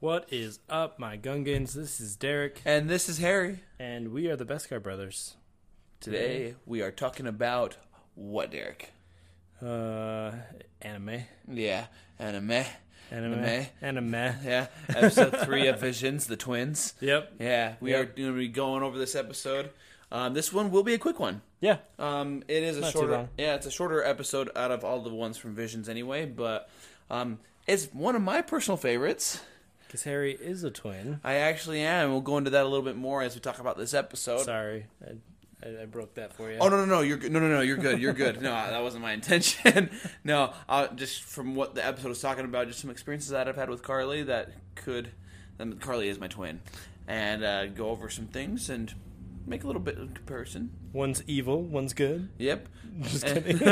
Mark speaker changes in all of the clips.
Speaker 1: What is up, my Gungans? This is Derek,
Speaker 2: And this is Harry.
Speaker 1: and we are the Beskar Brothers.
Speaker 2: Today we are talking about what, Derek?
Speaker 1: Uh, anime.
Speaker 2: Yeah, anime.
Speaker 1: Anime. Anime.
Speaker 2: Yeah, episode three of Visions, the twins.
Speaker 1: Yep.
Speaker 2: Yeah, we
Speaker 1: Yeah.
Speaker 2: are going to be going over this episode. Um, this one will be a quick one.
Speaker 1: Yeah.
Speaker 2: Um, it is a
Speaker 1: Not too
Speaker 2: shorter.
Speaker 1: long.
Speaker 2: Yeah, it's a shorter episode out of all the ones from Visions anyway, but um, it's one of my personal favorites.
Speaker 1: Because Harry is a twin.
Speaker 2: I actually am. We'll go into that a little bit more as we talk about this episode.
Speaker 1: Sorry, I, I, I broke that for you.
Speaker 2: Oh no no no! You're good. No no no! You're good. You're good. No, that wasn't my intention. no, uh, just from what the episode was talking about, just some experiences that I've had with Carly that could. And Carly is my twin, and uh, go over some things and make a little bit of comparison.
Speaker 1: One's evil, one's good.
Speaker 2: Yep.
Speaker 1: Just
Speaker 2: And-
Speaker 1: kidding.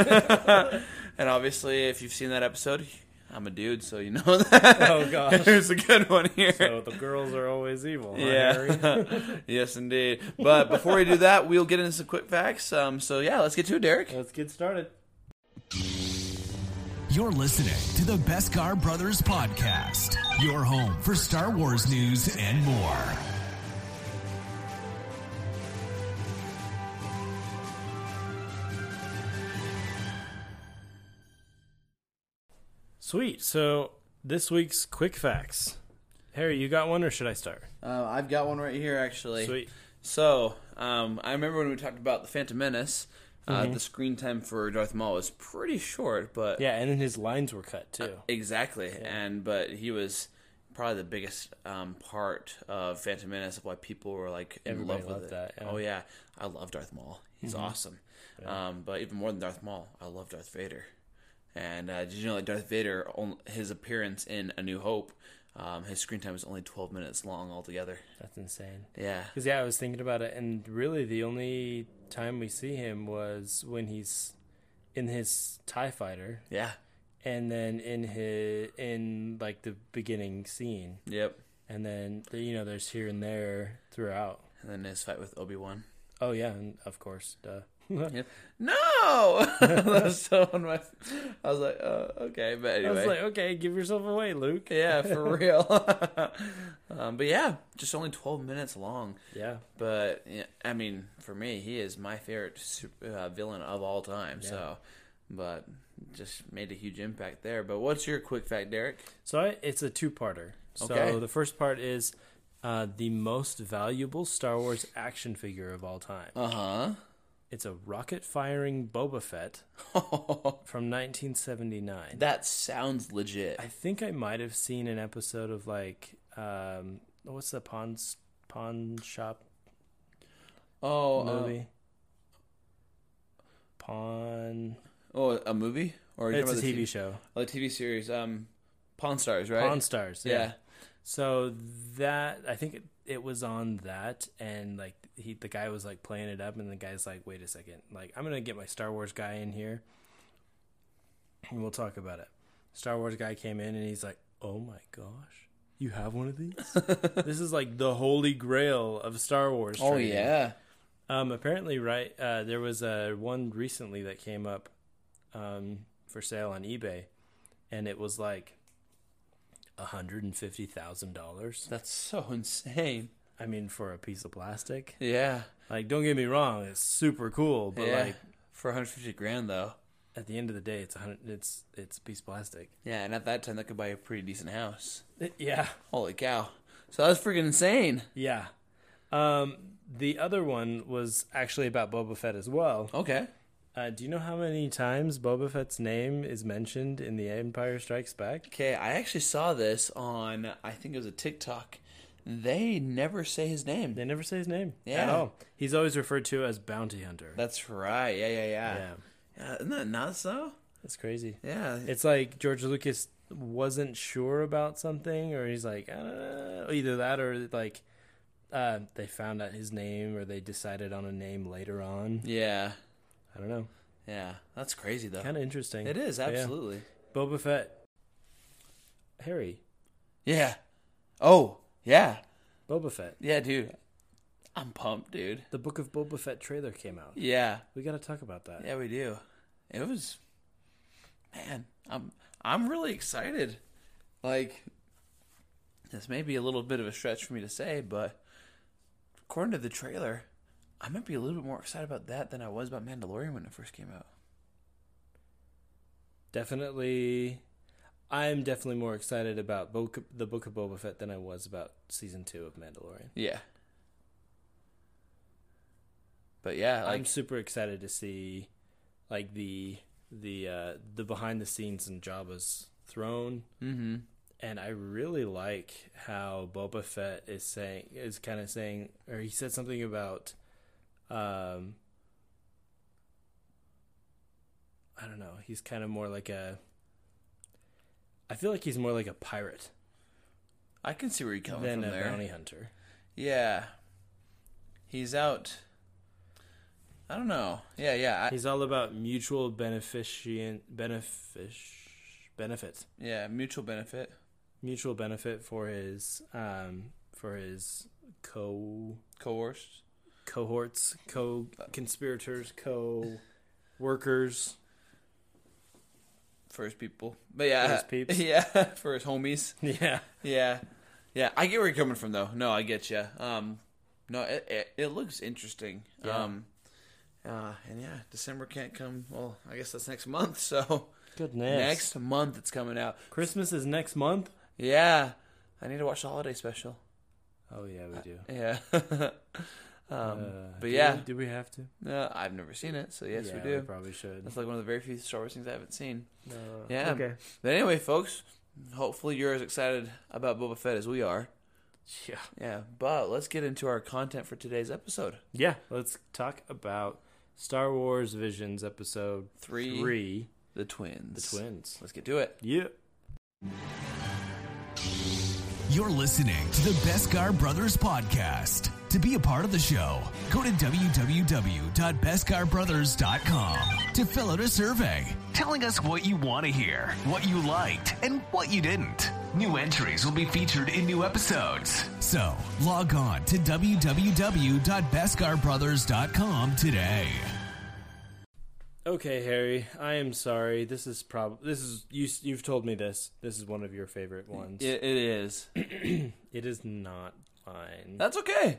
Speaker 2: and obviously, if you've seen that episode, I'm a dude, so you know that.
Speaker 1: Oh, gosh.
Speaker 2: there's a good one here.
Speaker 1: so the girls are always evil. huh, Harry?
Speaker 2: yeah. yes, indeed. But before we do that, we'll get into some quick facts. Um, so yeah, let's get to it, Derek.
Speaker 1: Let's get started.
Speaker 3: You're listening to the Beskar Brothers Podcast, your home for Star Wars news and more.
Speaker 1: Sweet. So this week's quick facts. Harry, you got one, or should I start?
Speaker 2: Uh, I've got one right here, actually.
Speaker 1: Sweet.
Speaker 2: So, um, I remember when we talked about the Phantom Menace, uh, the screen time for Darth Maul was pretty short, but
Speaker 1: Mm-hmm. Yeah, and then his lines were cut too.
Speaker 2: exactly. And but he was probably the biggest um, part of Phantom Menace of why people were like in
Speaker 1: Everybody
Speaker 2: love with
Speaker 1: loved
Speaker 2: it.
Speaker 1: that, yeah. Mm-hmm.
Speaker 2: Oh yeah, I love Darth Maul. He's awesome. Um, but even more than Darth Maul, I love Darth Vader. And uh, did you know that Darth Vader, on- his appearance in A New Hope, um, his screen time is only twelve minutes long altogether.
Speaker 1: That's insane.
Speaker 2: Yeah.
Speaker 1: Because yeah, I was thinking about it, and really the only time we see him was when he's in his Tie Fighter,
Speaker 2: Yeah.
Speaker 1: and then in his in like the beginning scene,
Speaker 2: Yep.
Speaker 1: and then you know there's here and there throughout.
Speaker 2: And then his fight with Obi Wan.
Speaker 1: Oh yeah, and of course, duh.
Speaker 2: No, that's so on my. I was like, uh, okay, but
Speaker 1: I
Speaker 2: anyway,
Speaker 1: was like, okay, give yourself away, Luke.
Speaker 2: yeah, for real. um, but yeah, just only twelve minutes long.
Speaker 1: Yeah,
Speaker 2: But yeah, I mean, for me, he is my favorite super, uh, villain of all time. So, but just made a huge impact there. But what's your quick fact, Derek?
Speaker 1: So I, it's a two-parter. So
Speaker 2: Okay.
Speaker 1: the first part is uh, the most valuable Star Wars action figure of all time. Uh-huh.
Speaker 2: Uh
Speaker 1: It's a rocket-firing Boba Fett
Speaker 2: huh.
Speaker 1: from 1979.
Speaker 2: that sounds legit.
Speaker 1: I think I might have seen an episode of like um, what's the pawn s- pawn shop
Speaker 2: Oh, uh,
Speaker 1: movie? pawn.
Speaker 2: oh, a movie or are you
Speaker 1: It's a
Speaker 2: talking about
Speaker 1: TV
Speaker 2: the
Speaker 1: show.
Speaker 2: Oh, the TV series, um, Pawn Stars, right?
Speaker 1: Pawn Stars.
Speaker 2: yeah.
Speaker 1: So that I think it, it was on that, and like he, the guy was like playing it up, and the guy's like, "Wait a second, like I'm gonna get my Star Wars guy in here, and we'll talk about it." Star Wars guy came in, and he's like, "Oh my gosh, you have one of these? this is like the holy grail of Star Wars."
Speaker 2: Oh
Speaker 1: training."
Speaker 2: yeah.
Speaker 1: Um, apparently, right? Uh, there was uh, one recently that came up um, for sale on eBay, and it was like hundred and fifty thousand dollars.
Speaker 2: That's so insane.
Speaker 1: I mean, for a piece of plastic.
Speaker 2: Yeah.
Speaker 1: Like, don't get me wrong, it's super cool, but
Speaker 2: yeah.
Speaker 1: like
Speaker 2: for 150 grand though.
Speaker 1: at the end of the day, it's a hundred. It's it's a piece of plastic.
Speaker 2: Yeah, and at that time that could buy a pretty decent house.
Speaker 1: yeah,
Speaker 2: Holy cow. So that's freaking insane.
Speaker 1: yeah. Um, the other one was actually about Boba Fett as well.
Speaker 2: Okay.
Speaker 1: Uh, do you know how many times Boba Fett's name is mentioned in The Empire Strikes Back?
Speaker 2: Okay, I actually saw this on I think it was a TikTok. They never say his name.
Speaker 1: They never say his name at
Speaker 2: Yeah.
Speaker 1: all. He's always referred to as Bounty Hunter.
Speaker 2: That's right. Yeah, yeah, yeah.
Speaker 1: yeah,
Speaker 2: Yeah, isn't that not so?
Speaker 1: that's crazy.
Speaker 2: Yeah.
Speaker 1: It's like George Lucas wasn't sure about something, or he's like, I don't know. Either that, or like uh, they found out his name, or they decided on a name later on.
Speaker 2: yeah.
Speaker 1: I don't know.
Speaker 2: Yeah. That's crazy though.
Speaker 1: Kind of interesting.
Speaker 2: It is
Speaker 1: But yeah.
Speaker 2: absolutely.
Speaker 1: Boba Fett, Harry,
Speaker 2: yeah. Oh, yeah.
Speaker 1: Boba Fett.
Speaker 2: Yeah, dude. I'm pumped, dude.
Speaker 1: The Book of Boba Fett trailer came out.
Speaker 2: Yeah.
Speaker 1: We got to talk about that.
Speaker 2: Yeah, we do. It was, man. I'm I'm really excited. Like, This may be a little bit of a stretch for me to say, but according to the trailer, I might be a little bit more excited about that than I was about Mandalorian when it first came out.
Speaker 1: Definitely, I'm definitely more excited about Bo- the Book of Boba Fett than I was about season two of Mandalorian.
Speaker 2: Yeah. But yeah, like
Speaker 1: I'm super excited to see, like the the uh, the behind the scenes in Jabba's throne,
Speaker 2: mm-hmm.
Speaker 1: and I really like how Boba Fett is saying is kind of saying, or he said something about, um, I don't know. He's kind of more like a. I feel like he's more like a pirate
Speaker 2: I can see where you're coming
Speaker 1: than
Speaker 2: from
Speaker 1: a
Speaker 2: there.
Speaker 1: bounty hunter.
Speaker 2: Yeah. He's out. I don't know. Yeah, yeah. I,
Speaker 1: He's all about mutual beneficent benefic benefit.
Speaker 2: yeah, mutual benefit.
Speaker 1: mutual benefit for his um for his co
Speaker 2: Coerced.
Speaker 1: cohorts, co conspirators, co workers.
Speaker 2: For his people. But yeah.
Speaker 1: For his peeps.
Speaker 2: Yeah, for his homies.
Speaker 1: Yeah.
Speaker 2: Yeah. Yeah, I get where you're coming from, though. No, I get you. Um, no, it, it, it looks interesting.
Speaker 1: Yeah.
Speaker 2: Um, uh, and yeah, December can't come. Well, I guess that's next month. So
Speaker 1: Goodness.
Speaker 2: next month it's coming out.
Speaker 1: Christmas is next month.
Speaker 2: Yeah, I need to watch the holiday special.
Speaker 1: Oh yeah, we do.
Speaker 2: Yeah. um,
Speaker 1: Uh,
Speaker 2: but
Speaker 1: do
Speaker 2: yeah,
Speaker 1: we, do we have to?
Speaker 2: No, Uh, I've never seen it, so yes,
Speaker 1: yeah,
Speaker 2: we do.
Speaker 1: probably should.
Speaker 2: That's like one of the very few Star Wars things I haven't seen.
Speaker 1: No.
Speaker 2: Yeah.
Speaker 1: Okay.
Speaker 2: But anyway, folks, hopefully you're as excited about Boba Fett as we are.
Speaker 1: Yeah.
Speaker 2: Yeah, but let's get into our content for today's episode.
Speaker 1: Yeah. Let's talk about Star Wars Visions episode
Speaker 2: Three,
Speaker 1: three,
Speaker 2: the twins.
Speaker 1: the twins.
Speaker 2: Let's get to it.
Speaker 1: Yeah.
Speaker 3: You're listening to the Beskar Brothers Podcast. To be a part of the show, go to www.beskarbrothers.com to fill out a survey telling us what you want to hear, what you liked, and what you didn't. New entries will be featured in new episodes. So log on to www.beskarbrothers.com today.
Speaker 1: Okay, Harry. I am sorry. This is prob. This is you. s- You've told me this. This is one of your favorite ones.
Speaker 2: It, it is.
Speaker 1: It is not mine.
Speaker 2: That's okay.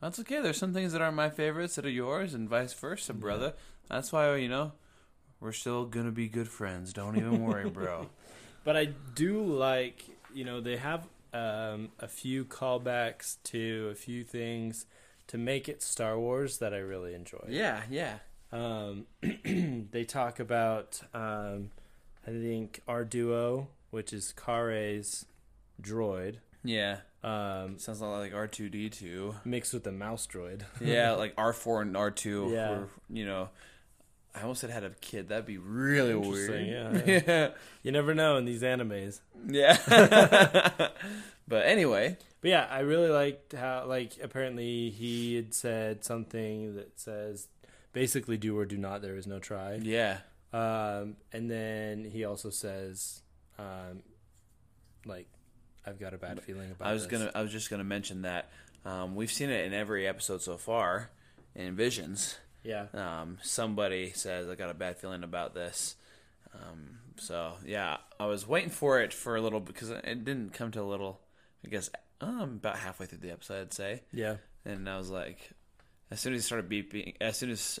Speaker 2: That's okay. There's some things that aren't my favorites that are yours, and vice versa, brother. That's why you know we're still gonna be good friends. Don't even worry, bro.
Speaker 1: But I do like, you know, they have um, a few callbacks to a few things to make it Star Wars that I really enjoy.
Speaker 2: yeah, yeah.
Speaker 1: Um, they talk about, um, I think, our duo, which is Kare's droid,
Speaker 2: Yeah.
Speaker 1: um,
Speaker 2: Sounds a lot like R two D two.
Speaker 1: mixed with the mouse droid.
Speaker 2: Yeah, like R four and R two.
Speaker 1: Yeah.
Speaker 2: Yeah. You know, I almost said had a kid. That'd be really weird.
Speaker 1: Interesting,
Speaker 2: Yeah.
Speaker 1: you never know in these animes.
Speaker 2: yeah. but anyway,
Speaker 1: But yeah, I really liked how like apparently he had said something that says basically do or do not there is no try.
Speaker 2: yeah,
Speaker 1: Um and then he also says um like I've got a bad feeling about
Speaker 2: I was
Speaker 1: this.
Speaker 2: gonna. I was just gonna mention that um, we've seen it in every episode so far in Visions.
Speaker 1: Yeah.
Speaker 2: Um, somebody says I got a bad feeling about this. Um, so yeah, I was waiting for it for a little because it didn't come to a little. I guess um, about halfway through the episode, I'd say.
Speaker 1: Yeah.
Speaker 2: and I was like, as soon as he started beeping, as soon as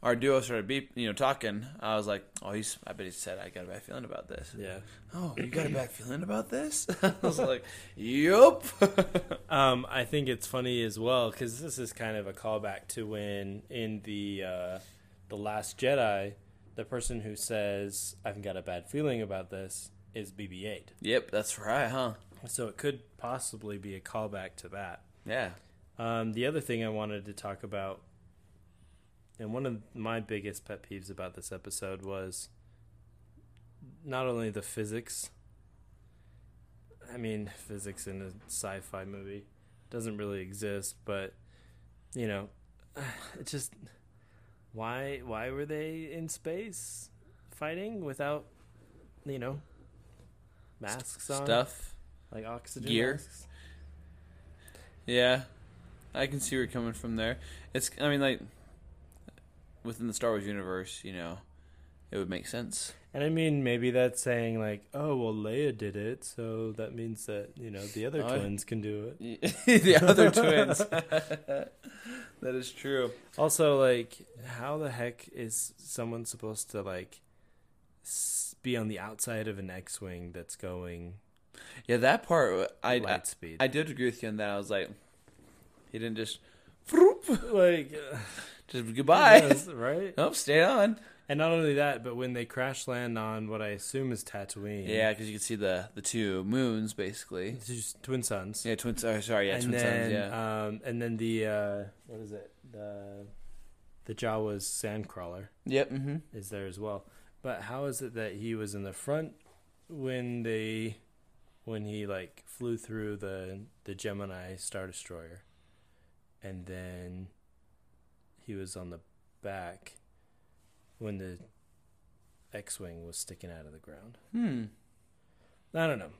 Speaker 2: our duo started beep, you know, talking, I was like, oh, he's, I bet he said I got a bad feeling about this.
Speaker 1: Yeah.
Speaker 2: Oh, you got a bad feeling about this? I was like, yup.
Speaker 1: Um I think it's funny as well cuz this is kind of a callback to when in the uh the last Jedi the person who says I've got a bad feeling about this is BB-8.
Speaker 2: yep, that's right, huh?
Speaker 1: So it could possibly be a callback to that.
Speaker 2: Yeah,
Speaker 1: Um, the other thing I wanted to talk about, and one of my biggest pet peeves about this episode was not only the physics. I mean, physics in a sci-fi movie doesn't really exist, but you know, it just why why were they in space fighting without you know masks on
Speaker 2: stuff.
Speaker 1: like oxygen
Speaker 2: Gear.
Speaker 1: masks?
Speaker 2: Yeah, I can see where you're coming from there. It's, I mean, like within the Star Wars universe, you know, it would make sense.
Speaker 1: And I mean, maybe that's saying like, oh, well, Leia did it, so that means that you know the other
Speaker 2: Oh, yeah.
Speaker 1: twins can do it.
Speaker 2: the other twins. that is true.
Speaker 1: Also, like, how the heck is someone supposed to like s- be on the outside of an X-wing that's going
Speaker 2: Yeah, that part I
Speaker 1: light speed?
Speaker 2: I, I did agree with you on that. I was like, he didn't just
Speaker 1: like,
Speaker 2: just
Speaker 1: I
Speaker 2: goodbye.
Speaker 1: guess, right?
Speaker 2: Nope, stay on.
Speaker 1: And not only that, but when they crash land on what I assume is Tatooine,
Speaker 2: Yeah, because you can see the the two moons basically.
Speaker 1: it's just twin sons.
Speaker 2: Yeah, twins. Oh, sorry, yeah,
Speaker 1: and
Speaker 2: twin
Speaker 1: then,
Speaker 2: sons. Yeah,
Speaker 1: um, and then the uh, what is it? The the Jawas sandcrawler
Speaker 2: yep. Mm-hmm.
Speaker 1: is there as well. But how is it that he was in the front when they when he like flew through the the Gemini Star Destroyer, and then he was on the back when the X-wing was sticking out of the ground.
Speaker 2: Hmm.
Speaker 1: I don't know.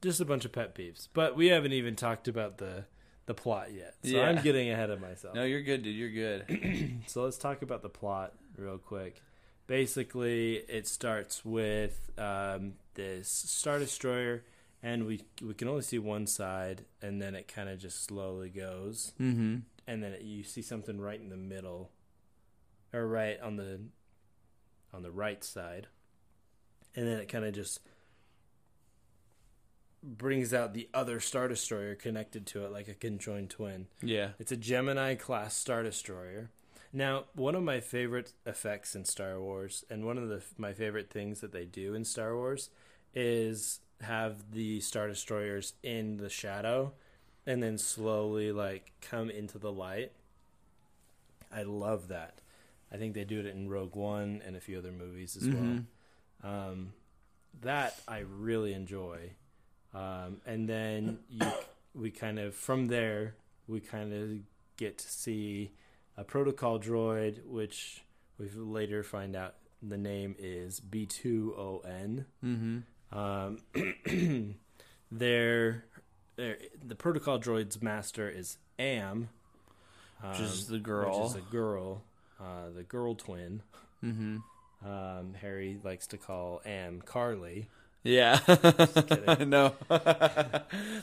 Speaker 1: Just a bunch of pet peeves. But we haven't even talked about the the plot yet. So
Speaker 2: Yeah.
Speaker 1: I'm getting ahead of myself.
Speaker 2: No, you're good, dude. You're good.
Speaker 1: So let's talk about the plot real quick. Basically, it starts with um, this Star Destroyer, and we we can only see one side, and then it kind of just slowly goes,
Speaker 2: mm-hmm.
Speaker 1: and then it, you see something right in the middle, or right on the on the right side, and then it kind of just brings out the other Star Destroyer connected to it like a conjoined twin.
Speaker 2: Yeah.
Speaker 1: It's a Gemini class Star Destroyer. Now, one of my favorite effects in Star Wars, and one of the, my favorite things that they do in Star Wars, is have the Star Destroyers in the shadow and then slowly, like, come into the light. I love that. I think they do it in Rogue One and a few other movies as
Speaker 2: Mm-hmm.
Speaker 1: well. Um, that I really enjoy. Um, and then you, we kind of, from there, we kind of get to see a protocol droid, which we later find out the name is B2ON.
Speaker 2: Mm-hmm.
Speaker 1: Um, their, their, the protocol droid's master is Am,
Speaker 2: Which is
Speaker 1: um,
Speaker 2: the girl.
Speaker 1: which is a girl, uh, the girl twin.
Speaker 2: Mm-hmm.
Speaker 1: Um, Harry likes to call Am Carly.
Speaker 2: Yeah.
Speaker 1: kidding.
Speaker 2: no.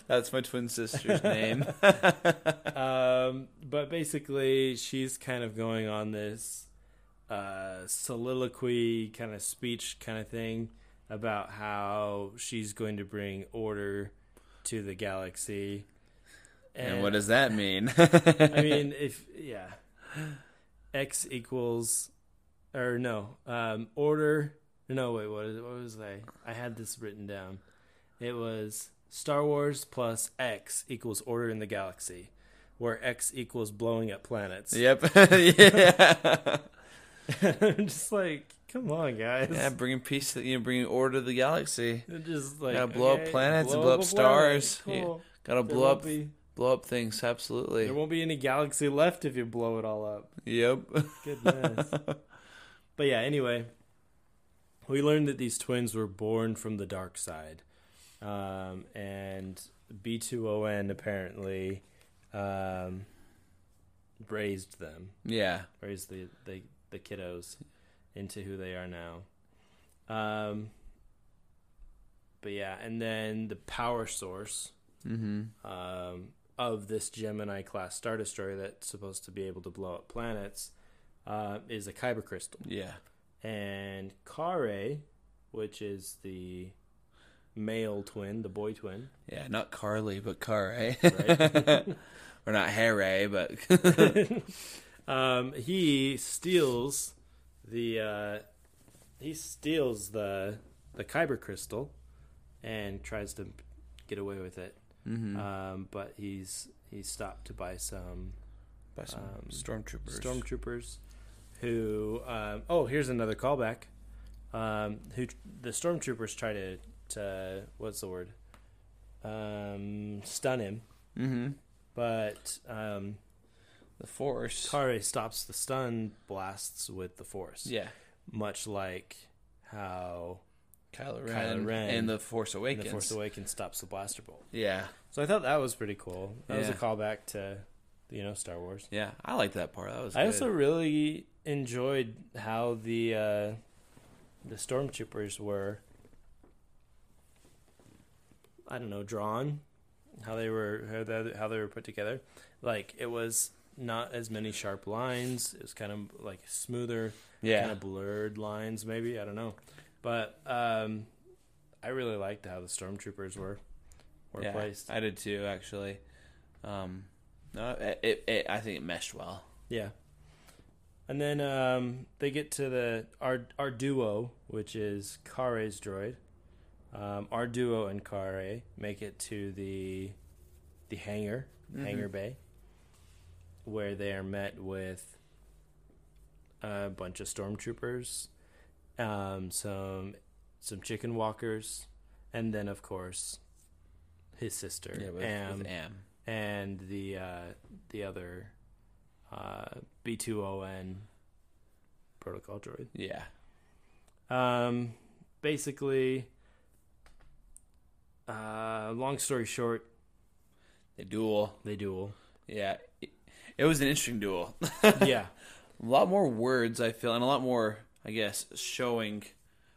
Speaker 2: That's my twin sister's name.
Speaker 1: um, but basically, she's kind of going on this uh, soliloquy kind of speech kind of thing about how she's going to bring order to the galaxy.
Speaker 2: and what does that mean?
Speaker 1: I mean, if yeah, x equals or no um, order. No, wait, what is what was I? I had this written down. It was Star Wars plus X equals order in the galaxy, where X equals blowing up planets.
Speaker 2: yep. yeah.
Speaker 1: I'm just like, come on, guys.
Speaker 2: yeah, bringing peace, to, you know, bringing order to the galaxy.
Speaker 1: They're Just like
Speaker 2: Gotta blow up
Speaker 1: okay,
Speaker 2: planets and blow up
Speaker 1: a planet,
Speaker 2: stars.
Speaker 1: cool.
Speaker 2: Yeah, Gotta
Speaker 1: There
Speaker 2: blow
Speaker 1: won't
Speaker 2: up,
Speaker 1: be-
Speaker 2: blow up things. Absolutely.
Speaker 1: there won't be any galaxy left if you blow it all up.
Speaker 2: Yep.
Speaker 1: Goodness. but yeah, anyway, we learned that these twins were born from the dark side. Um, and B2ON apparently um, raised them,
Speaker 2: yeah.
Speaker 1: raised the, the, the kiddos into who they are now. Um, but yeah, and then the power source
Speaker 2: Mm-hmm.
Speaker 1: um, of this Gemini class Star Destroyer that's supposed to be able to blow up planets uh, is a kyber crystal.
Speaker 2: Yeah.
Speaker 1: And Kare, which is the male twin, the boy twin,
Speaker 2: Yeah. Not Carly, but Car, eh?
Speaker 1: Right.
Speaker 2: or not Harry, but
Speaker 1: um, he steals the uh, he steals the the kyber crystal and tries to get away with it.
Speaker 2: Mm. Mm-hmm. Uh,
Speaker 1: Um, but he's he's stopped by some
Speaker 2: by some
Speaker 1: Um,
Speaker 2: stormtroopers.
Speaker 1: stormtroopers who um, oh here's another callback um, who the stormtroopers try to, to what's the word um, stun him
Speaker 2: mm-hmm.
Speaker 1: but um,
Speaker 2: The Force.
Speaker 1: Kare stops the stun blasts with the force
Speaker 2: yeah.
Speaker 1: much like how
Speaker 2: Kylo
Speaker 1: Kylo
Speaker 2: Ren,
Speaker 1: Ren
Speaker 2: and the Force
Speaker 1: the
Speaker 2: Awakens.
Speaker 1: Force Awakens stops the blaster bolt
Speaker 2: yeah,
Speaker 1: so I thought that was pretty cool that was a
Speaker 2: Yeah.
Speaker 1: callback to you know Star Wars
Speaker 2: yeah, I like that part. That was.
Speaker 1: I
Speaker 2: good.
Speaker 1: also really enjoyed how the uh, the stormtroopers were I don't know drawn, how they were how they, how they were put together. Like it was not as many sharp lines. It was kind of like smoother,
Speaker 2: Yeah.
Speaker 1: kind of blurred lines. Maybe I don't know, but um, I really liked how the stormtroopers were were
Speaker 2: yeah,
Speaker 1: placed.
Speaker 2: I did too, actually. Um, no, it, it, it, I think it meshed well.
Speaker 1: Yeah. And then um, they get to the our our duo, which is Kare's droid. Um, our duo and Kare make it to the the hangar,
Speaker 2: Mm-hmm.
Speaker 1: the hangar bay, where they are met with a bunch of stormtroopers, um, some some chicken walkers, and then of course his sister
Speaker 2: Yeah, with,
Speaker 1: Am
Speaker 2: with Am.
Speaker 1: and the uh, the other uh, B2ON protocol droid.
Speaker 2: Yeah.
Speaker 1: Um, basically, uh, long story short,
Speaker 2: The duel.
Speaker 1: they duel.
Speaker 2: Yeah. It, it was an interesting duel.
Speaker 1: yeah,
Speaker 2: a lot more words I feel, and a lot more, I guess, showing.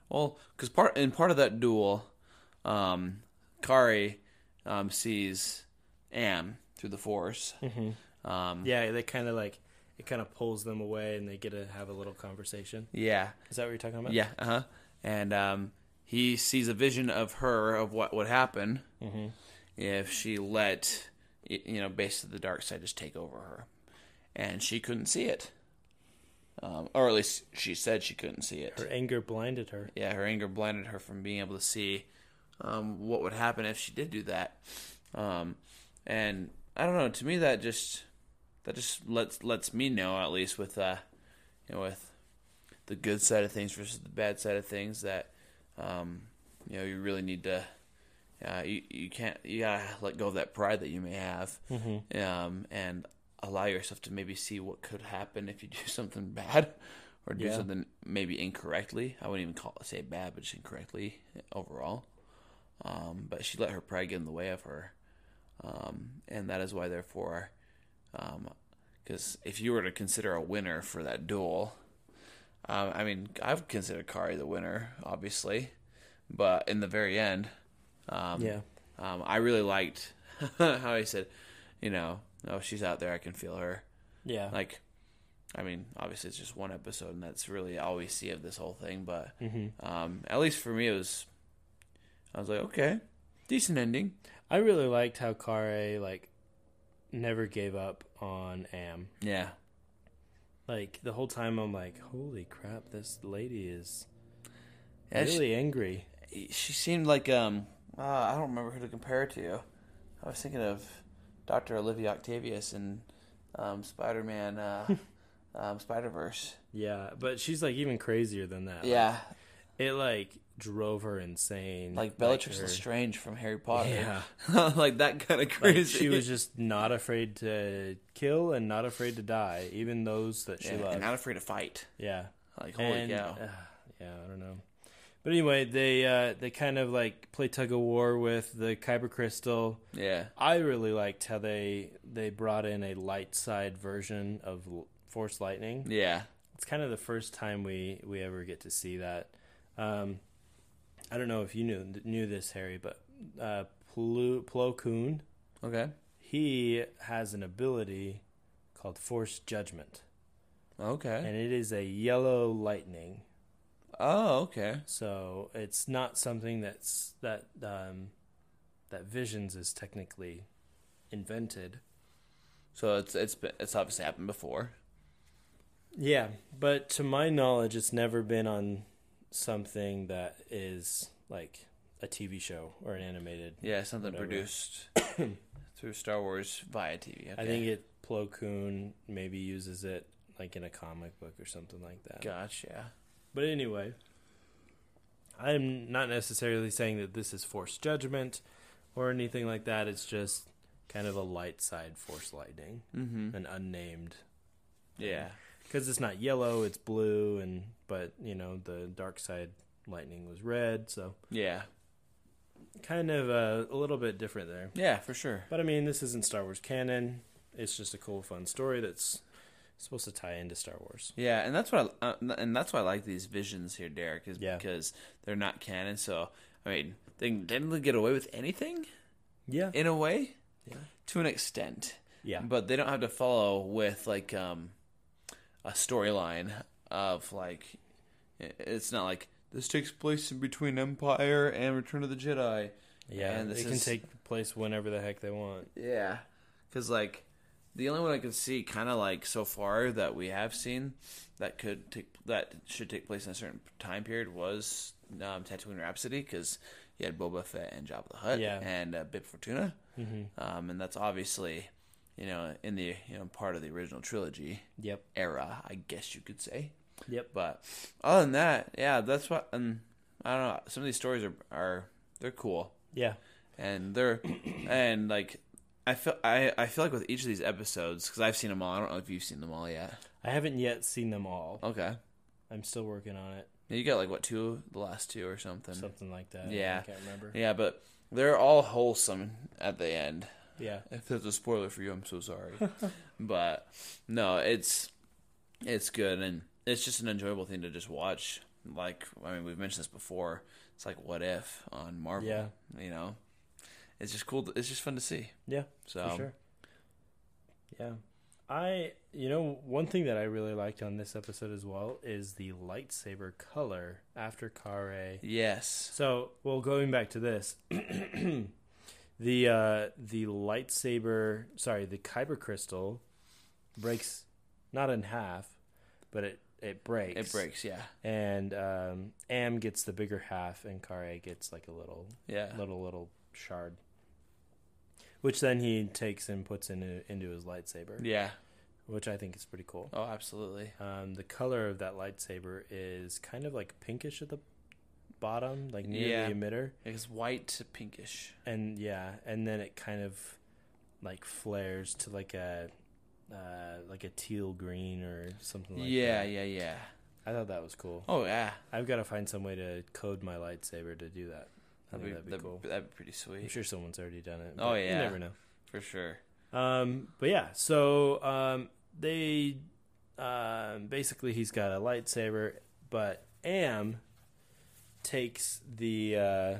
Speaker 2: Well, because part in part of that duel, um, Kari um, sees Am through the Force. Um,
Speaker 1: yeah. They kind of like it kind of pulls them away, and they get to have a little conversation.
Speaker 2: yeah,
Speaker 1: Is that what you're talking about?
Speaker 2: yeah, uh huh. And um, he sees a vision of her of what would happen if she let y- you know, basically the dark side just take over her, and she couldn't see it. Um, or at least she said she couldn't see it.
Speaker 1: Her anger blinded her.
Speaker 2: yeah, her anger blinded her from being able to see um, what would happen if she did do that. Um, and I don't know. To me, that just that just lets lets me know at least with uh, you know with the good side of things versus the bad side of things that um, you know you really need to. Uh, you you can't you gotta let go of that pride that you may have, um, and allow yourself to maybe see what could happen if you do something bad, or do
Speaker 1: Yeah.
Speaker 2: something maybe incorrectly. I wouldn't even call it say bad, but just incorrectly eh, overall. Um, but she let her pride get in the way of her, um, and that is why, therefore, um, because if you were to consider a winner for that duel, um, I mean, I've considered Kari the winner, obviously, but in the very end, um,
Speaker 1: Yeah.
Speaker 2: um, I really liked how he said, you know, oh, she's out there, I can feel her.
Speaker 1: Yeah,
Speaker 2: Like, I mean, obviously it's just one episode, and that's really all we see of this whole thing. But
Speaker 1: Mm-hmm.
Speaker 2: um, at least for me, it was, I was like, okay, decent ending.
Speaker 1: I really liked how Kare like never gave up on Am.
Speaker 2: Yeah,
Speaker 1: Like the whole time, I'm like, holy crap, this lady is
Speaker 2: Yeah, she-
Speaker 1: really angry.
Speaker 2: she seemed like um uh, I don't remember who to compare her to. I was thinking of Doctor Olivia Octavius and um, Spider Man uh, um, Spider Verse.
Speaker 1: Yeah, but she's like even crazier than that. Like,
Speaker 2: Yeah,
Speaker 1: it like drove her insane.
Speaker 2: like Bellatrix
Speaker 1: her-
Speaker 2: Lestrange from Harry Potter.
Speaker 1: Yeah.
Speaker 2: like that kind of crazy.
Speaker 1: Like, she was just not afraid to kill and not afraid to die, even those that she
Speaker 2: yeah,
Speaker 1: loved.
Speaker 2: and not afraid to fight.
Speaker 1: yeah,
Speaker 2: Like holy
Speaker 1: And,
Speaker 2: cow.
Speaker 1: uh, yeah, I don't know. But anyway, they uh, they kind of like play tug of war with the kyber crystal.
Speaker 2: Yeah,
Speaker 1: I really liked how they they brought in a light side version of l- force lightning.
Speaker 2: yeah,
Speaker 1: it's kind of the first time we we ever get to see that. Um, I don't know if you knew knew this, Harry, but uh, Plo, Plo Koon
Speaker 2: okay,
Speaker 1: he has an ability called Force Judgment,
Speaker 2: okay.
Speaker 1: and it is a yellow lightning.
Speaker 2: Oh, okay.
Speaker 1: So it's not something that's that um, that Visions is technically invented.
Speaker 2: So it's it's been, it's obviously happened before.
Speaker 1: Yeah, but to my knowledge, it's never been on something that is like a TV show or an animated.
Speaker 2: Yeah, something
Speaker 1: Whatever.
Speaker 2: produced through Star Wars via TV. Okay.
Speaker 1: I think it Plo Koon maybe uses it like in a comic book or something like that.
Speaker 2: Gotcha.
Speaker 1: But anyway, I'm not necessarily saying that this is forced judgment or anything like that. It's just kind of a light side force lightning, mm-hmm. an unnamed
Speaker 2: Yeah.
Speaker 1: because it's not yellow, it's blue, and but you know the dark side lightning was red, so
Speaker 2: Yeah.
Speaker 1: kind of uh, a little bit different there.
Speaker 2: Yeah, for sure.
Speaker 1: But I mean, this isn't Star Wars canon. It's just a cool, fun story that's supposed to tie into Star Wars.
Speaker 2: Yeah, and that's what I, uh, and that's why I like these visions here, Derek, is
Speaker 1: Yeah.
Speaker 2: because they're not canon. So I mean, they can definitely get away with anything
Speaker 1: Yeah.
Speaker 2: in a way,
Speaker 1: Yeah.
Speaker 2: to an extent.
Speaker 1: Yeah.
Speaker 2: but they don't have to follow with like um a storyline of like i- it's not like this takes place in between Empire and Return of the Jedi.
Speaker 1: yeah.
Speaker 2: and
Speaker 1: It
Speaker 2: this
Speaker 1: can
Speaker 2: is-
Speaker 1: take place whenever the heck they want.
Speaker 2: Yeah, because like the only one I can see, kind of like so far that we have seen that could take that should take place in a certain time period was um, Tatooine Rhapsody because you had Boba Fett and Jabba the Hutt
Speaker 1: Yeah.
Speaker 2: and uh, Bib Fortuna, um, and that's obviously you know in the you know part of the original trilogy
Speaker 1: Yep.
Speaker 2: era, I guess you could say.
Speaker 1: Yep.
Speaker 2: But other than that, yeah, that's what. Um, I don't know. Some of these stories are are they're cool
Speaker 1: Yeah.
Speaker 2: and they're and like I feel I, I feel like with each of these episodes because I've seen them all. I don't know if you've seen them all yet.
Speaker 1: I haven't yet seen them all.
Speaker 2: Okay,
Speaker 1: I'm still working on it.
Speaker 2: you got like what two the last two or something.
Speaker 1: Something like that.
Speaker 2: Yeah.
Speaker 1: I can't remember.
Speaker 2: Yeah, but they're all wholesome at the end.
Speaker 1: Yeah.
Speaker 2: If that's a spoiler for you, I'm so sorry. but no, it's it's good and it's just an enjoyable thing to just watch. Like I mean, we've mentioned this before. It's like what if on Marvel.
Speaker 1: Yeah.
Speaker 2: You know, it's just cool. to- it's just fun to see.
Speaker 1: Yeah.
Speaker 2: So
Speaker 1: For sure. Yeah. I, you know, one thing that I really liked on this episode as well is the lightsaber color after Kare.
Speaker 2: yes,
Speaker 1: So, well, going back to this, the uh, the lightsaber, sorry, the kyber crystal breaks not in half, but it it breaks.
Speaker 2: it breaks. Yeah.
Speaker 1: and um, Am gets the bigger half, and Kare gets like a little,
Speaker 2: Yeah.
Speaker 1: little, little shard, which then he takes and puts into into his lightsaber,
Speaker 2: Yeah.
Speaker 1: which I think is pretty cool.
Speaker 2: Oh, absolutely.
Speaker 1: Um, the color of that lightsaber is kind of like pinkish at the bottom, like near
Speaker 2: Yeah.
Speaker 1: the emitter,
Speaker 2: It's white to pinkish.
Speaker 1: and yeah, and then it kind of like flares to like a uh, like a teal green or something like
Speaker 2: yeah,
Speaker 1: that.
Speaker 2: yeah, yeah.
Speaker 1: I thought that was cool.
Speaker 2: Oh, yeah.
Speaker 1: I've got to find some way to code my lightsaber to do that. I think
Speaker 2: That'd be,
Speaker 1: that'd be
Speaker 2: that'd,
Speaker 1: cool.
Speaker 2: that'd be pretty
Speaker 1: I'm
Speaker 2: sweet.
Speaker 1: sure someone's already done it.
Speaker 2: Oh,
Speaker 1: but
Speaker 2: yeah.
Speaker 1: you never know.
Speaker 2: For sure.
Speaker 1: Um, but yeah, so um, they um, basically he's got a lightsaber, but Am takes the uh,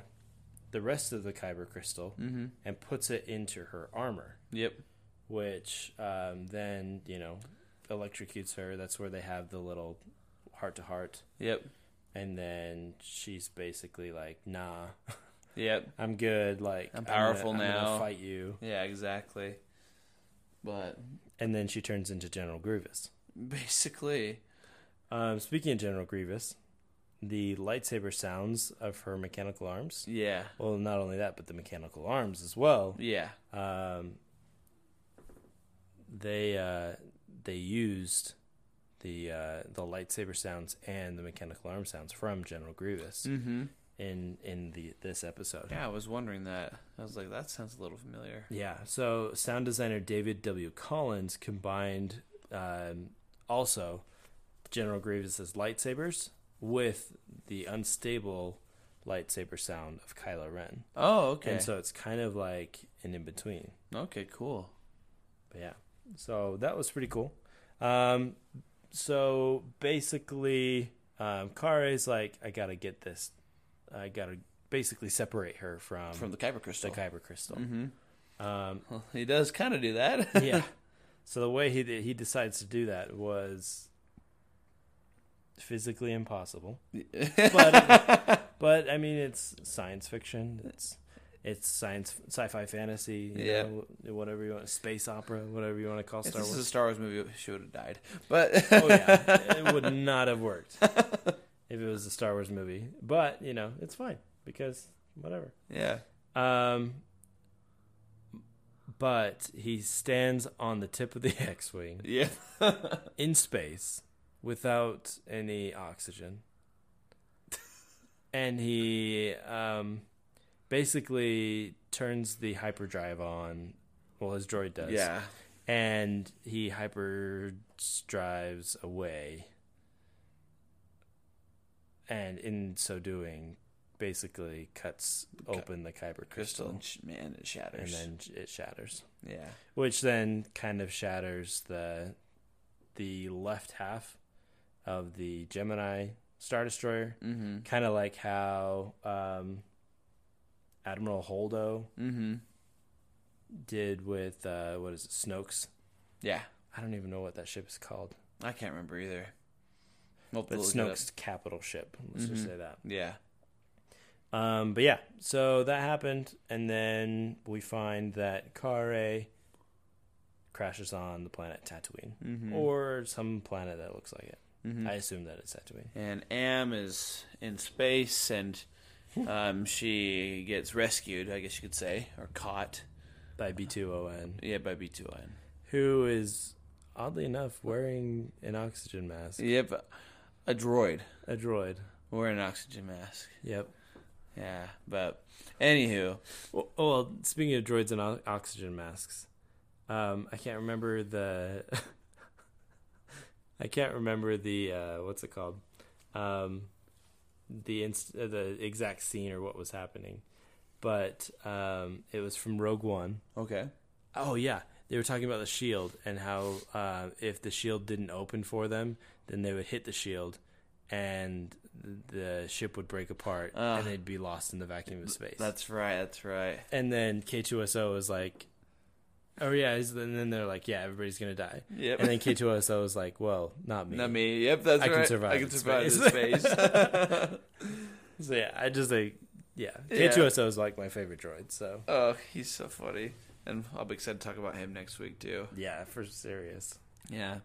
Speaker 1: the rest of the kyber crystal and puts it into her armor,
Speaker 2: Mm-hmm. Yep.
Speaker 1: which um, then you know electrocutes her. That's where they have the little heart to heart.
Speaker 2: Yep.
Speaker 1: And then she's basically like, "Nah,
Speaker 2: Yep.
Speaker 1: I'm good. Like
Speaker 2: I'm
Speaker 1: gonna-
Speaker 2: powerful
Speaker 1: I'm gonna
Speaker 2: now."
Speaker 1: fight you."
Speaker 2: Yeah, exactly. But
Speaker 1: And then she turns into General Grievous.
Speaker 2: basically,
Speaker 1: Um, speaking of General Grievous, the lightsaber sounds of her mechanical arms.
Speaker 2: yeah.
Speaker 1: Well, not only that, but the mechanical arms as well.
Speaker 2: Yeah.
Speaker 1: Um, they uh, they used the uh, the lightsaber sounds and the mechanical arm sounds from General Grievous in in the this episode.
Speaker 2: Mm. Mm-hmm. Yeah, I was wondering that. I was like, that sounds a little familiar.
Speaker 1: Yeah. So sound designer David W. Collins combined um, also General Grievous's lightsabers with the unstable lightsaber sound of Kylo Ren,
Speaker 2: Oh, okay.
Speaker 1: and so it's kind of like an in between.
Speaker 2: okay, cool.
Speaker 1: But yeah, so that was pretty cool. Um, so basically, um, Kare's like, I gotta get this. I gotta basically separate her from,
Speaker 2: From the
Speaker 1: um,
Speaker 2: Kyber
Speaker 1: the
Speaker 2: crystal. Mm-hmm. Mm.
Speaker 1: kyber crystal. Um,
Speaker 2: he does kind of do that.
Speaker 1: yeah. So the way he he decides to do that was physically impossible. but uh, but I mean, it's science fiction. It's it's science sci-fi fantasy. You
Speaker 2: Yeah.
Speaker 1: know, whatever you want, space opera, whatever you want to call
Speaker 2: if
Speaker 1: Star
Speaker 2: this is a
Speaker 1: Wars.
Speaker 2: Star Wars movie, she would have died. But
Speaker 1: Oh yeah, it would not have worked if it was a Star Wars movie. But you know, it's fine because whatever.
Speaker 2: yeah.
Speaker 1: Um, but he stands on the tip of the X-wing.
Speaker 2: Yeah.
Speaker 1: in space without any oxygen. and he um, basically turns the hyperdrive on. Well, his droid does.
Speaker 2: Yeah.
Speaker 1: And he hyperdrives away. And in so doing, basically cuts open the Kyber crystal.
Speaker 2: Crystal, and sh- man, it
Speaker 1: And
Speaker 2: shatters.
Speaker 1: then it shatters
Speaker 2: yeah.
Speaker 1: which then kind of shatters the the left half of the Gemini Star Destroyer,
Speaker 2: Mm-hmm.
Speaker 1: kind of like how um, Admiral Holdo
Speaker 2: Mm-hmm.
Speaker 1: did with uh, what is it, Snoke's?
Speaker 2: Yeah,
Speaker 1: I don't even know what that ship is called,
Speaker 2: I can't remember either. We'll have to
Speaker 1: but
Speaker 2: look it up. Mm-hmm.
Speaker 1: Snoke's capital ship. Let's just say that.
Speaker 2: Yeah.
Speaker 1: Um, but yeah, so that happened, and then we find that Kare crashes on the planet Tatooine
Speaker 2: Mm-hmm.
Speaker 1: or some planet that looks like it.
Speaker 2: Mm.
Speaker 1: I assume that it's Tatooine.
Speaker 2: And Am is in space, and um, she gets rescued, I guess you could say, or caught.
Speaker 1: by B2ON,
Speaker 2: Yeah, by B2N.
Speaker 1: who is oddly enough wearing an oxygen mask.
Speaker 2: Yep, a droid
Speaker 1: A droid.
Speaker 2: or an oxygen mask.
Speaker 1: Yep.
Speaker 2: Yeah, but anywho,
Speaker 1: Well, oh, well speaking of droids and o- oxygen masks, um, I can't remember the. I can't remember the uh, what's it called, um, the inst- uh, the exact scene or what was happening, but um, it was from Rogue One.
Speaker 2: okay.
Speaker 1: Oh yeah, they were talking about the shield and how uh, if the shield didn't open for them, then they would hit the shield, and th- the ship would break apart and they'd be lost in the vacuum of space.
Speaker 2: That's right. That's right.
Speaker 1: and then K2SO is like, oh yeah, is- and then they're like, yeah, everybody's gonna die.
Speaker 2: Yep.
Speaker 1: And then K2SO is like, well, not me.
Speaker 2: Not me. Yep, that's
Speaker 1: I can
Speaker 2: right.
Speaker 1: survive
Speaker 2: I can
Speaker 1: in
Speaker 2: survive in
Speaker 1: space.
Speaker 2: space.
Speaker 1: So yeah, I just like, yeah,
Speaker 2: Yeah.
Speaker 1: K2SO is like my favorite droid. So
Speaker 2: oh, he's so funny, and I'll be excited to talk about him next week too.
Speaker 1: yeah, for serious.
Speaker 2: Yeah.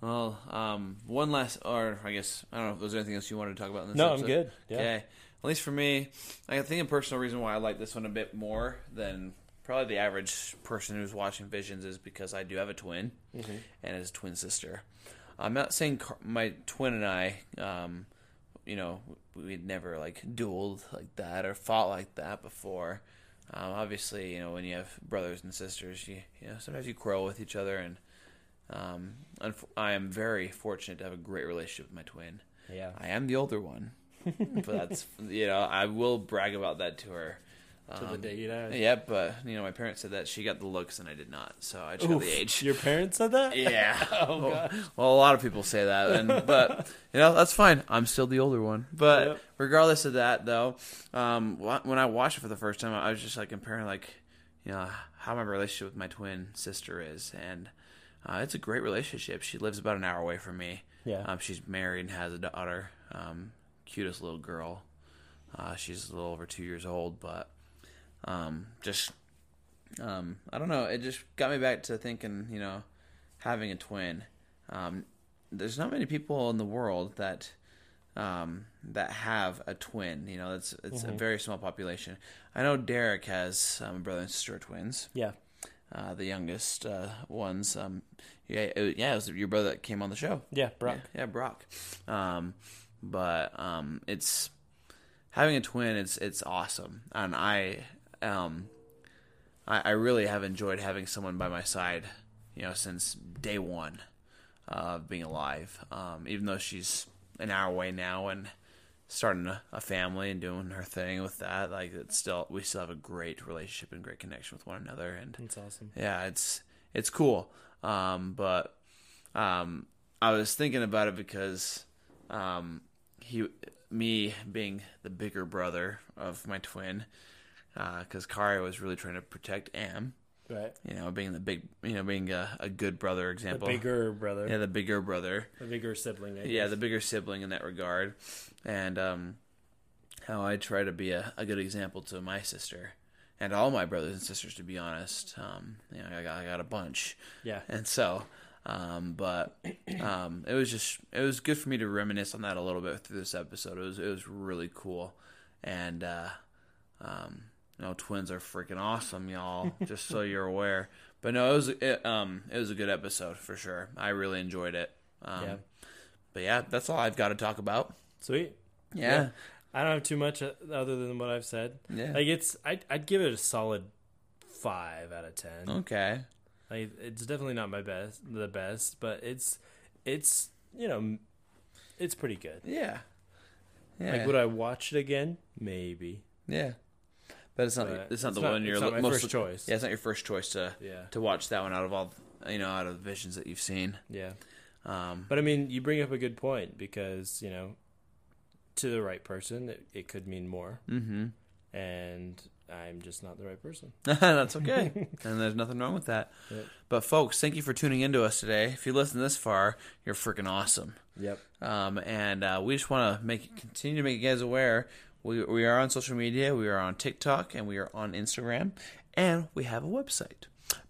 Speaker 2: Well, um, one last, or I guess I don't know if there's anything else you wanted to talk about. in this
Speaker 1: No, I'm
Speaker 2: episode.
Speaker 1: good. Yeah.
Speaker 2: Okay. At least for me, I think a personal reason why I like this one a bit more than probably the average person who's watching Visions is because I do have a twin, and it's a twin sister. I'm not saying Car- my twin and I, um, you know, we'd never like dueled like that or fought like that before. Um, obviously, you know, when you have brothers and sisters, you you know sometimes you quarrel with each other, and um, unf- I am very fortunate to have a great relationship with my twin.
Speaker 1: Yeah.
Speaker 2: I am the older one, but that's you know I will brag about that to her.
Speaker 1: To the day you die.
Speaker 2: Um, Yeah, but you know my parents said that she got the looks and I did not, so I just got the age.
Speaker 1: Your parents said that?
Speaker 2: Yeah. well, well, a lot of people say that, and but you know that's fine. I'm still the older one. But
Speaker 1: Yep.
Speaker 2: regardless of that, though, um, wh- when I watched it for the first time, I was just like comparing, like, you know, how my relationship with my twin sister is, and uh, it's a great relationship. She lives about an hour away from me.
Speaker 1: Yeah.
Speaker 2: Um, she's married and has a daughter. Um, cutest little girl. Uh, she's a little over two years old, but um, just um, I don't know. It just got me back to thinking, you know, having a twin. Um, there's not many people in the world that um, that have a twin. You know, it's it's a very small population. I know Derek has um, a brother and sister are twins,
Speaker 1: Yeah.
Speaker 2: uh, the youngest uh, ones. Um, yeah, it, yeah, it was your brother that came on the show.
Speaker 1: Yeah, Brock.
Speaker 2: Yeah, yeah, Brock. Um, but um, it's having a twin. It's it's awesome, and I um, I, I really have enjoyed having someone by my side. You know, since day one of being alive. Um, even though she's an hour away now and starting a, a family and doing her thing with that, like it's still we still have a great relationship and great connection with one another. And
Speaker 1: That's awesome.
Speaker 2: yeah, it's it's cool. Um, but um, I was thinking about it because um, he, me being the bigger brother of my twin, because Kari was really trying to protect Am.
Speaker 1: Right.
Speaker 2: You know, being the big, you know, being a, a good brother
Speaker 1: The
Speaker 2: example.
Speaker 1: bigger brother.
Speaker 2: yeah, the bigger brother
Speaker 1: The bigger sibling. I
Speaker 2: yeah,
Speaker 1: guess.
Speaker 2: the bigger sibling in that regard, and um, how I try to be a, a good example to my sister and all my brothers and sisters. To be honest, um, you know, I got, I got a bunch,
Speaker 1: Yeah.
Speaker 2: and so, um, but um, it was just it was good for me to reminisce on that a little bit through this episode. It was it was really cool, and uh, um, you know, twins are freaking awesome, y'all. just so you're aware. But no, it was it, um, it was a good episode for sure. I really enjoyed it. Um,
Speaker 1: Yeah.
Speaker 2: But yeah, that's all I've got to talk about.
Speaker 1: Sweet.
Speaker 2: Yeah.
Speaker 1: I don't have too much uh, other than what I've said.
Speaker 2: Yeah.
Speaker 1: Like it's, I'd, I'd give it a solid five out of ten.
Speaker 2: Okay.
Speaker 1: Like it's definitely not my best, the best, but it's, it's you know, m- it's pretty good.
Speaker 2: Yeah. Yeah.
Speaker 1: Like would I watch it again? Maybe.
Speaker 2: yeah. But it's not
Speaker 1: But
Speaker 2: it's not
Speaker 1: it's
Speaker 2: the
Speaker 1: not-
Speaker 2: one you're
Speaker 1: it's not my
Speaker 2: most
Speaker 1: first choice.
Speaker 2: Yeah, it's not your first choice to
Speaker 1: Yeah.
Speaker 2: to watch that one out of all you know out of the visions that you've seen.
Speaker 1: Yeah.
Speaker 2: Um,
Speaker 1: But I mean, you bring up a good point because you know, to the right person, it, it could mean more.
Speaker 2: mm-hmm.
Speaker 1: And I'm just not the right person.
Speaker 2: That's okay. and there's nothing wrong with that.
Speaker 1: Yep.
Speaker 2: But, folks, thank you for tuning into us today. If you listen this far, you're freaking awesome.
Speaker 1: Yep.
Speaker 2: Um, and uh, we just want to make continue to make you guys aware. We, we are on social media. We are on TikTok and we are on Instagram. And we have a website,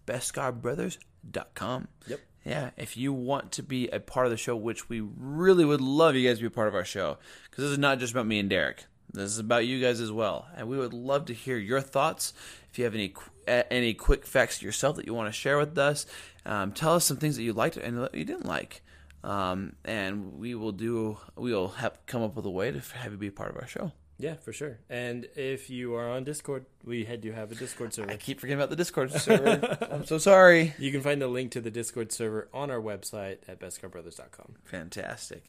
Speaker 2: bestgodbrothers.com.
Speaker 1: Yep.
Speaker 2: Yeah, if you want to be a part of the show, which we really would love you guys to be a part of our show, because this is not just about me and Derek. This is about you guys as well, and we would love to hear your thoughts. If you have any qu- eh, any quick facts yourself that you want to share with us, um, tell us some things that you liked and that you didn't like, um, and we will do. We will have come up with a way to f- have you be a part of our show.
Speaker 1: Yeah, for sure. And if you are on Discord, we had- do have a Discord
Speaker 2: I
Speaker 1: server.
Speaker 2: keep forgetting about the Discord server. I'm so sorry.
Speaker 1: You can find the link to the Discord server on our website at bestcarbrothers.com.
Speaker 2: fantastic.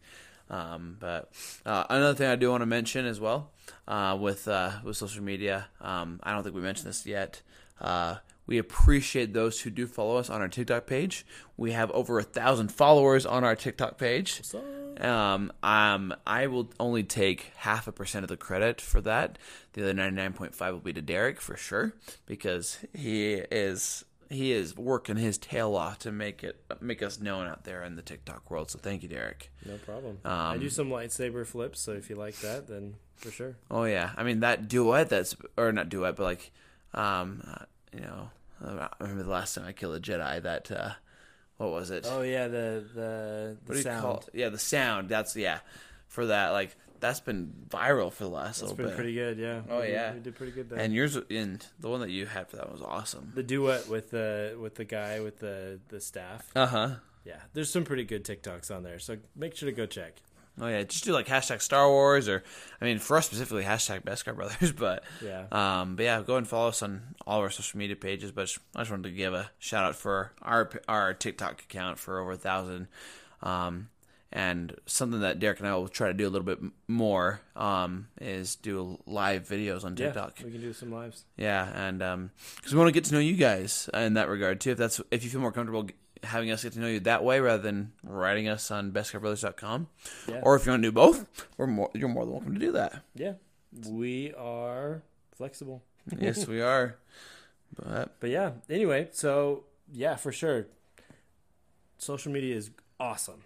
Speaker 2: Um, but uh, another thing I do want to mention as well uh, with uh, with social media, um, I don't think we mentioned this yet. Uh, we appreciate those who do follow us on our TikTok page. We have over a thousand followers on our TikTok page. Um, um, I will only take half a percent of the credit for that. The other ninety nine point five will be to Derek for sure because he is he is working his tail off to make it make us known out there in the TikTok world. So thank you, Derek.
Speaker 1: No problem. I do some lightsaber flips, so if you like that, then for sure.
Speaker 2: Oh yeah, I mean that duet. That's or not duet, but like, um, uh, you know, uh, I remember the last time I killed a Jedi. That uh, what was it?
Speaker 1: Oh yeah, the the, the
Speaker 2: what do you
Speaker 1: sound.
Speaker 2: call? It? Yeah, the sound. That's yeah, for that like that's been viral for the last
Speaker 1: It's
Speaker 2: little
Speaker 1: been
Speaker 2: bit.
Speaker 1: pretty good, yeah.
Speaker 2: Oh,
Speaker 1: We did-
Speaker 2: yeah.
Speaker 1: we did pretty good there.
Speaker 2: And yours and the one that you had for that was awesome.
Speaker 1: the duet with the with the guy with the the staff.
Speaker 2: Uh huh.
Speaker 1: Yeah, there's some pretty good TikToks on there, so make sure to go check.
Speaker 2: Oh yeah, just do like hashtag Star Wars or I mean for us specifically hashtag Best Car Brothers, but
Speaker 1: Yeah.
Speaker 2: um, but yeah, go and follow us on all of our social media pages. But I just wanted to give a shout out for our our TikTok account for over a thousand, um, and something that Derek and I will try to do a little bit m- more um is do live videos on
Speaker 1: Yeah,
Speaker 2: TikTok.
Speaker 1: we can do some lives.
Speaker 2: Yeah, and um 'cause because we want to get to know you guys in that regard too. If that's if you feel more comfortable g- having us get to know you that way rather than writing us on bestcarbrothers.com,
Speaker 1: Yeah.
Speaker 2: or if you want to do both, we're more you're more than welcome to do that.
Speaker 1: Yeah, we are flexible.
Speaker 2: yes, we are. But
Speaker 1: But yeah, anyway, so yeah, for sure. Social media is awesome.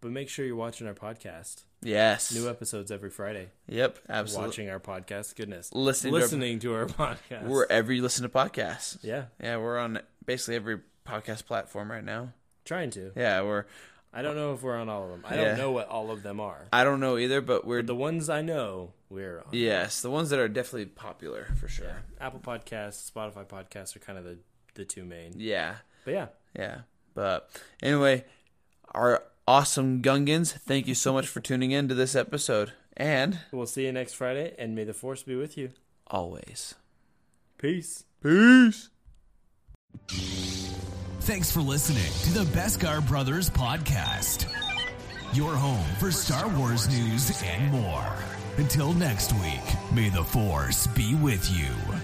Speaker 1: But make sure you're watching our podcast.
Speaker 2: yes,
Speaker 1: New episodes every Friday.
Speaker 2: yep, absolutely.
Speaker 1: Watching our podcast. Goodness.
Speaker 2: Listening to our-
Speaker 1: Listening to our, podcast.
Speaker 2: Wherever you listen to podcasts,
Speaker 1: yeah,
Speaker 2: yeah, we're on basically every podcast platform right now.
Speaker 1: trying to.
Speaker 2: Yeah, we're
Speaker 1: I don't know if we're on all of them. I
Speaker 2: Yeah.
Speaker 1: don't know what all of them are.
Speaker 2: I don't know either, but we're
Speaker 1: The ones I know, we're on.
Speaker 2: yes, the ones that are definitely popular for sure.
Speaker 1: Apple Podcasts, Spotify Podcasts are kind of the, the two main.
Speaker 2: yeah.
Speaker 1: But yeah,
Speaker 2: Yeah. But anyway, our awesome Gungans, thank you so much for tuning in to this episode. And
Speaker 1: we'll see you next Friday, and may the force be with you.
Speaker 2: always.
Speaker 1: Peace.
Speaker 2: Peace.
Speaker 3: Thanks for listening to the Beskar Brothers podcast, your home for Star Wars news and more. Until next week, may the Force be with you.